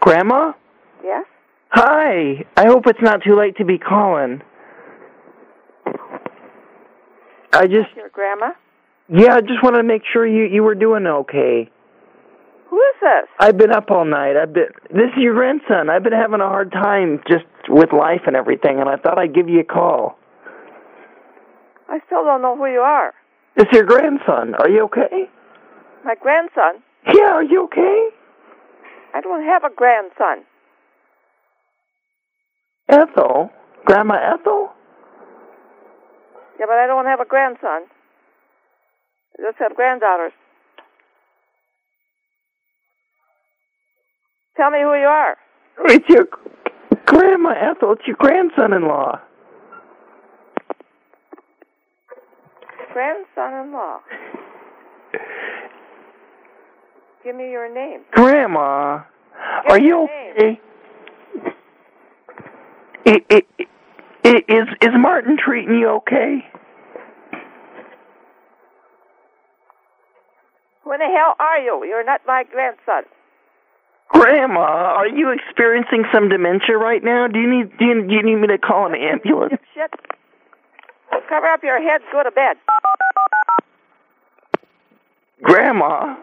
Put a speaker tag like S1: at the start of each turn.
S1: Grandma?
S2: Yes?
S1: Hi. I hope it's not too late to be calling. I just
S2: Your grandma?
S1: yeah, I just wanted to make sure you you were doing okay.
S2: Who is this?
S1: I've been up all night. I've been this is your grandson. I've been having a hard time just with life and everything and I thought I'd give you a call.
S2: I still don't know who you are.
S1: It's your grandson. Are you okay?
S2: My grandson?
S1: Yeah, are you okay?
S2: I don't have a grandson.
S1: Ethel? Grandma Ethel?
S2: Yeah, but I don't have a grandson. I just have granddaughters. Tell me who you are.
S1: It's your grandma Ethel. It's your grandson-in-law.
S2: Grandson-in-law. Give me your name.
S1: Grandma,
S2: Give
S1: are
S2: me
S1: you
S2: your name.
S1: okay? I- I- I- Is is Martin treating you okay?
S2: Who in the hell are you? You're not my grandson.
S1: Grandma, are you experiencing some dementia right now? Do you need do you, do you need me to call an ambulance?
S2: Shit. Cover up your head. Go to bed.
S1: Grandma,